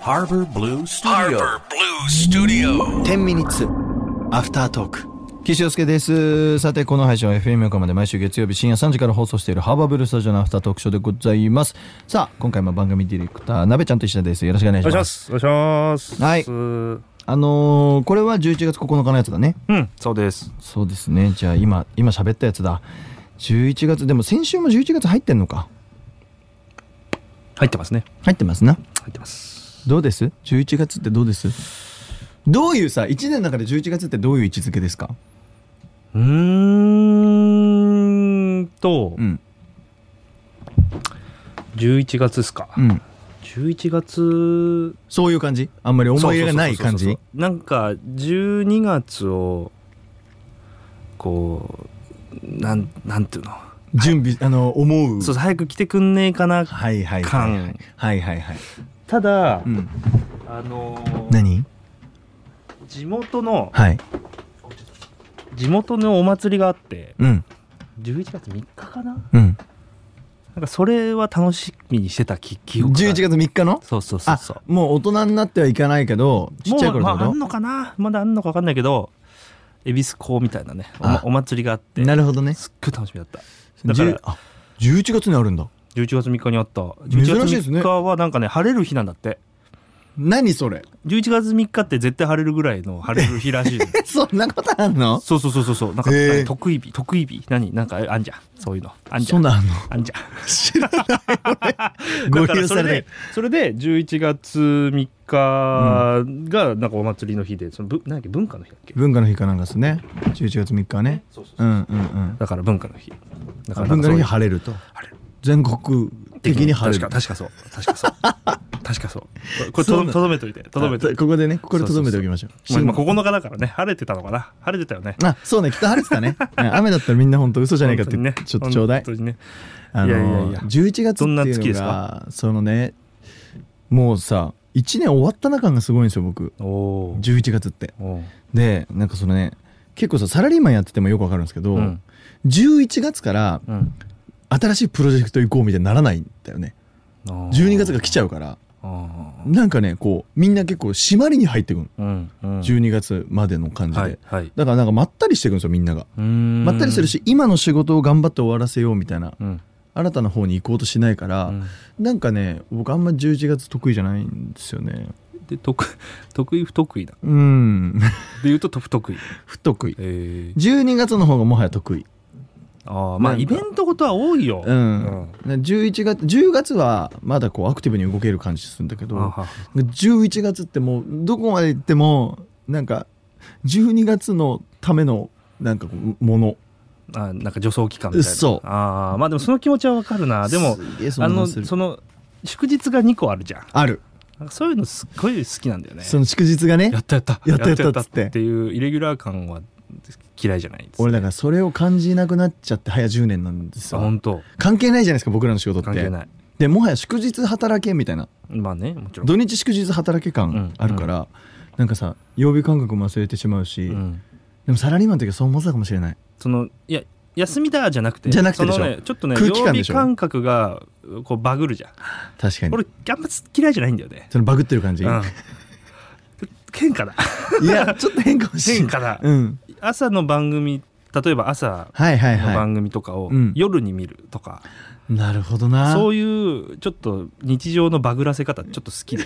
Harbor Blue Studio. Harbor Blue Studio. 10ミニッツアフタートーク岸洋介ですさてこの配信は FM 横まで毎週月曜日深夜3時から放送しているハーバーブルースタジオのアフタートークショーでございますさあ今回も番組ディレクターなべちゃんと石田ですよろしくお願いしお願いしまますす。お願いします。はいあのーこれは11月9日のやつだねうん、そうです。そうですねじゃあ今今喋ったやつだ11月でも先週も11月入ってんのか入ってますね。入ってますな入ってます。どうです11月ってどうですどういうさ1年の中で11月ってどういう位置づけですかうーんと、ん11月ですか。うん11月、そういう感じあんまり思い入れがない感そうじそうそうそう。なんか、12月を、こう、なん、なんていうの。準備あの思うそうそう、早く来てくんねえかな。はいはいはいはい感はいはいはい、ただ、うん、あのー何地元の、はい地元のお祭りがあって、うん11月3日かなうんなんかそれは楽しみにしてたき記憶が11月3日のそうそうそうあそうもう大人になってはいかないけどちっちゃい頃ってこもう、まあ、あと、んのかなまだあんのか分かんないけど恵比寿港みたいなねお,、あお祭りがあってなるほどねすっごい楽しみだっただか10らあ11月にあるんだ11月3日にあった珍11しい月ですね3日はなんかね晴れる日なんだって何それ11月3日って絶対晴れるぐらいの晴れる日ら しいの そんなことあんのそうそうそうそうそうなんか、へえ得意日得意日何なんかあんじゃんそういうのあんじゃそんなあんのあん じゃんごだか利用らさそれれないでそれで11月3日がなんかお祭りの日でそのぶなんだっけ文化の日だっけ文化の日かなんかですね11月3日はねそうそううんうんうんだから文化の日だあから文化の日は晴れると全国的に晴れる確か確かそう確 かそう確かそうこれそうなとのどとどめといてとどめといあてここでねここでとどめておきましょうまあ今9日だからね晴れてたのかな晴れてたよねあそうねきっと晴れてた ねうん雨だったらみんな本当嘘じゃないかって、本当にちょっとちょうだい本当にねあのいやいやいや11月ってどんない月うでのすがかそのねもうさ1年終わったな感がすごいんですよ僕おおー11月っておーでなんかそのね結構さサラリーマンやっててもよくわかるんですけど、うん11月からうん新しいプロジェクト行こうみたいにならないんだよね12月が来ゃちゃうからうんなんかねこうみんな結構締まりに入ってくんうんうん12月までの感じで、はいはいだからなんかまったりしてくんですよみんながままったりするし今の仕事を頑張って終わらせようみたいなうん新たな方に行こうとしないから、うんなんかね僕あんま11月得意じゃないんですよねで得 得意不得意だうん で言うとと不得意不得意ええ12月の方がもはや得意ああなまあんかイベントことは多いようん、11月10月はまだこうアクティブに動ける感じするんだけうどんあは11月ってもうどこまで行ってもなんか12月のためのなんかこうものあなんか助走期間みたいなそうああまあでもその気持ちはわかるなでもすげえそんあなの話するその祝日が2個あるじゃんあるなんかそういうのすっごい好きなんだよねその祝日がねやったやったやったやったっつってっていうイレギュラー感は嫌いじゃないです俺だからそれを感じなくなっちゃって早10年なんですあよ本当関係ないじゃないですか僕らの仕事って関係ないでもはや祝日働けみたいなまあねもちろん土日祝日働け感あるから、なんかさ曜日感覚も忘れてしまうし、うんでもサラリーマンの時はそう思ってたかもしれないそのいや休みだじゃなくてじゃなくてでしょそのねちょっとね空気感曜で日しょ感覚がこうバグるじゃん確かに俺あんま嫌いじゃないんだよねそのバグってる感じ、うん変化 だいやちょっと変かもしれない変化だうん朝の番組例えば朝はいはいのは番組とかをうん夜に見るとか、いなるほどなそういうちょっと日常のバグらせ方ちょっと好 きで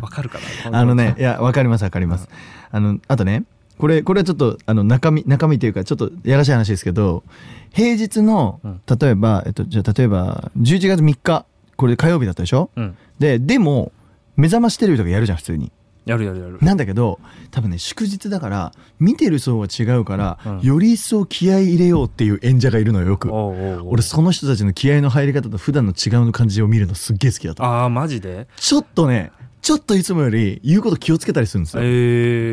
わかるかなあのねいやわかりますわかります、あのあとねこれこれはちょっとあの中身中身というかちょっとやらしい話ですけど平日のうん例えば、えっと、じゃあ例えば11月3日これ火曜日だったでしょうんででも目覚ましテレビとかやるじゃん普通にやるやるやるなんだけど多分ね祝日だから見てる層は違うから、うんより一層気合い入れようっていう演者がいるのよよくおうおうおう俺その人たちの気合いの入り方と普段の違う感じを見るのすっげえ好きだったああマジでちょっとねちょっといつもより言うこと気をつけたりするんですえ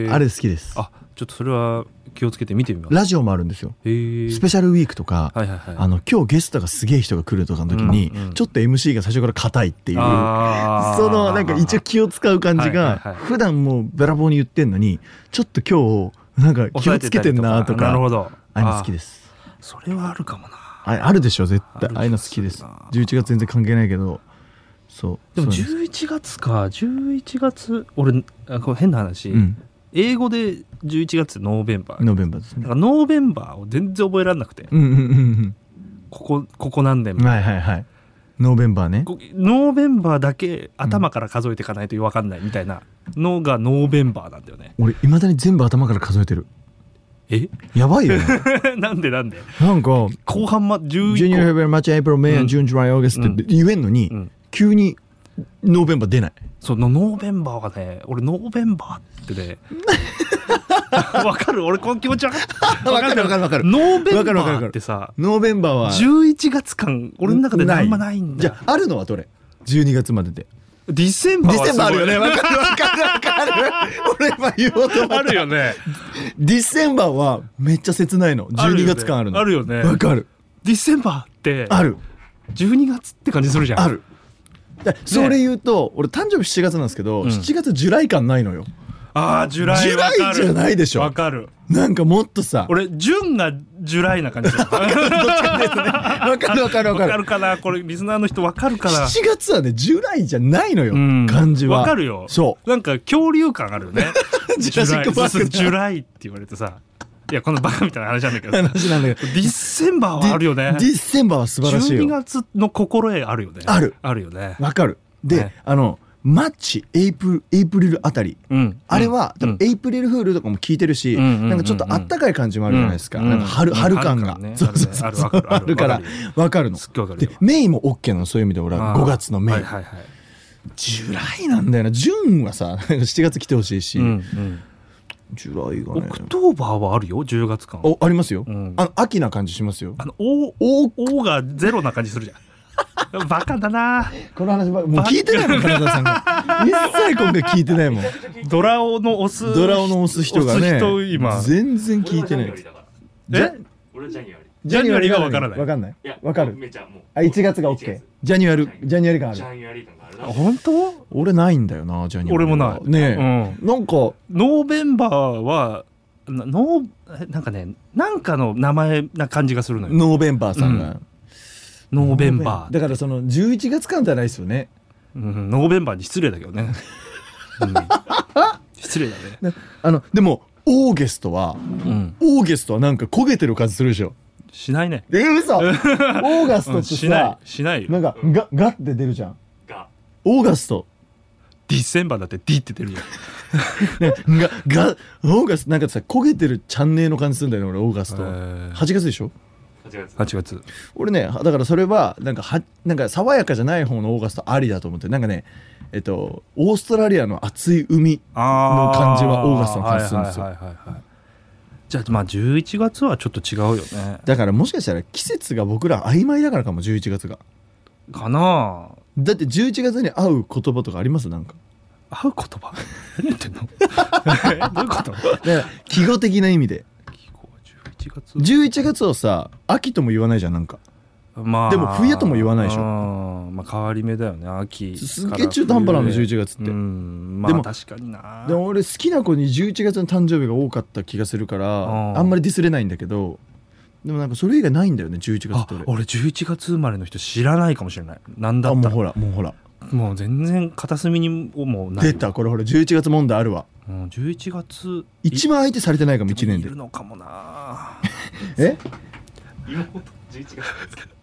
よ、ー、あれ好きですあちょっとそれは気をつけて見てみますラジオもあるんですよへースペシャルウィークとか、はいはいはいあの今日ゲストがすげえ人が来るとかの時に、うんうんちょっと MC が最初から硬いっていうあーそのなんか一応気を使う感じはいがはいはい普段もうべらぼうに言ってんのにちょっと今日なんか気をつけてんなと抑えてたりなるほかどああいうの好きですそれはあるかもなああるでしょ絶対ある気がするああいうの好きですな11月全然関係ないけどそうでもそうす11月か11月俺あこう変な話、うん英語で11月ノーベンバーノーベンバーですなんねかノーベンバーを全然覚えられなくて、うんうんうんここここ何年うんも、はいはいはいノーベンバーねこノーベンバーだけ頭から数えていかないと分かんないみたいなのがノーベンバーなんだよね俺いまだに全部頭から数えてるえ やばいよねなんでなんでなんか後半ま12 11個月、February、March、April、May うん June、July、August って言えんのにうん急にノーベンバー出ないそのノーベンバーがね俺ノーベンバーってね わかる俺この気持ちわか るわかるわかるわかるノーベわンかるわかるわかバーるってさノーベンバーは11月間俺の中であんまないんだじゃああるのはどれ12月まででディセンバデーィはセすンごバーいあるよねわかるわかるわかる俺今言おうと思あっるたよね ディセンバーはめっちゃ切ないのある12よね月間あるのあるよねわかるディセンバ ーってある12月って感じするじゃんあるだそれ言うと、俺誕生日7月なんですけど、うん7月ジュライ感ないのよあージュライジュライわかるじゃないでしょわかるなんかもっとさ俺ジュンがジュライな感 じだわわかるわかるわかかるるかなこれリスナーの人わかるかな7月はねジュライじゃないのよ、うん感じはわかるよそなんか恐竜感あるよねう ジュラシック・パーそうクそうジュのライって言われてさいやこのバカみたいな話なんだけどデ話なんだけどィセンバーはあるよねディディセンバーは素晴らしい12よ月の心得あるよねあるあるよねわかるで、はいあのマッチエイプエイプリルあたりうんあれは、うん多分エイプリルフールとかも聞いてるし、うんうんうんうんなんかちょっとあったかい感じもあるじゃないですか、うんなんか春,、うん春感が、春感ねそうそうそうそうあるねああるるかあらるわかるわかるのすっごいわかるでよメイも OK なのそういう意味で俺はあー5月のメイ、はいはいはいジュライなんだよなジュンはさ 7月来てほしいし、うんうんジュライがオねクトーバーはあるよ10月間おありますよ、うんあの秋な感じしますよあの、お、おおがゼロな感じするじゃん。バ カだなこの話ばもう聞いてないもん金沢さん が一切今回聞いてないもんドラオのオス。ドラオの押す人がね押す人今。全然聞いてないえ俺はジャニアリ。ジャニュアリがわからないわかんないいや、わかるめちゃもう。あ1月が1 OK ジャニュアルジャニュアル感あジるャニアリ感があるな。本当俺ないんだよなジャニュアル俺もはない。ねえなんかうん。ノーベンバーは、なノー、えなんかね、なんかの名前な感じがするのよ。ノーベンバーさんうがノーベンバー。だからその11月間じゃないですよねうん、ノーベンバーに失礼だけどね。うん 失礼だね。なあのでもオーゲストはうん。オーゲストはなんか焦げてる感じするでしょしないね。え 嘘オーガスうトっん、てしなさい。しないよなんかガガッて出るじゃんが、オーガストディセンバーだってディって出るよ。ねががオーガストなんかさ焦げてるチャンネルの感じするんだよね俺オーガストへ8ー月でしょ8月。 8月。俺ねだからそれはなんかはなんか爽やかじゃない方のオーガストありだと思ってなんかねえっとオーストラリアの熱い海あーの感じはオーガスタの感じするんですよはいはいはいはいはいじゃあまあ11月はちょっと違うよねだからもしかしたら季節が僕ら曖昧だからかも11月がかなあだって11月に合う言葉とかありますなんか合う言 葉何言ってんのえどういうことだから季語的な意味で気候11月11月をさ秋とも言わないじゃんなんかまあでも冬とも言わないでしょうんまあ変わり目だよね秋すっげえ中途半端なの11月ってうんでまもあ確かになでも俺好きな子に11月の誕生日が多かった気がするからあーあんまりディスれないんだけどでもなんかそれ以外ないんだよね11月っあて俺俺11月生まれの人知らないかもしれないなんだあっもたうほらもらもうほらう全然片隅にもない出たこれほら11月問題あるわうん、11月一番相手されてないかも一1年いでるのかもなえ妹、11月。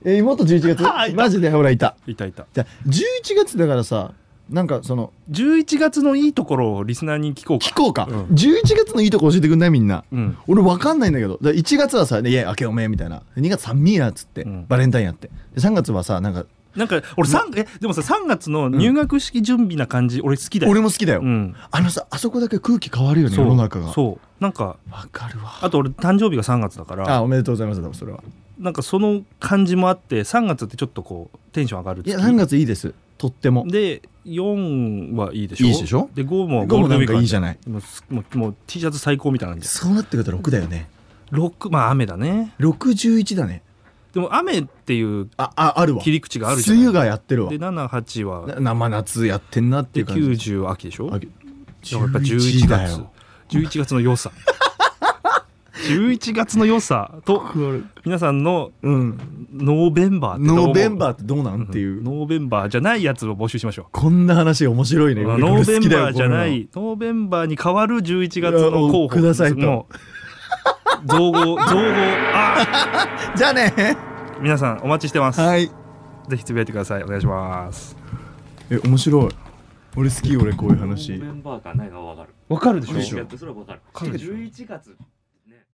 え妹11月マジでほらいたいたいたじゃあ11月だからさなんかその11月のいいところをリスナーに聞こう聞か。こうか、うん11月のいいとこ教えてくんないみんなうん。俺わかんないんだけどだから1月はさ「いや明けおめ」みたいな2月寒いなっつって、うんバレンタインやってで3月はさなんかなんか俺三えでもさ3月の入学式準備な感じ、俺好きだよ。俺も好きだよ、うん。あのさあそこだけ空気変わるよねそ世うの中がそう。なんかわかるわあと俺誕生日が3月だからあおめでとうございます多分それはなんかその感じもあって3月ってちょっとこうテンション上がるいや3月いいですとってもで4はいいでしょいいでしょで5も午後なんかいいじゃんないもうすもうもう T シャツ最高みたいな感じそうなってくると6だよね6まあ雨だね61だねでも雨っていうあああるわ切り口があるじゃん梅雨がやってるわで78はな生夏やってんなっていでう感じ90秋でしょあ だからやっぱ11月11月の良さ11月の良さと皆さんのうん、ノーベンバーってどう思うノーベンバーってどうなんっていう、うんノーベンバーじゃないやつを募集しましょうこんな話面白いねノ俺ー好ベきンだよバーじゃなこううのいノーベンバーに変わる11月の候補くださいともう造語造語あじゃあねー皆さんお待ちしてます、はいぜひつぶやいてくださいお願いしますえ面白い俺好き俺こういう話メンバーがないのはわかる。わかるで11月それはわかる。かるでしょ11月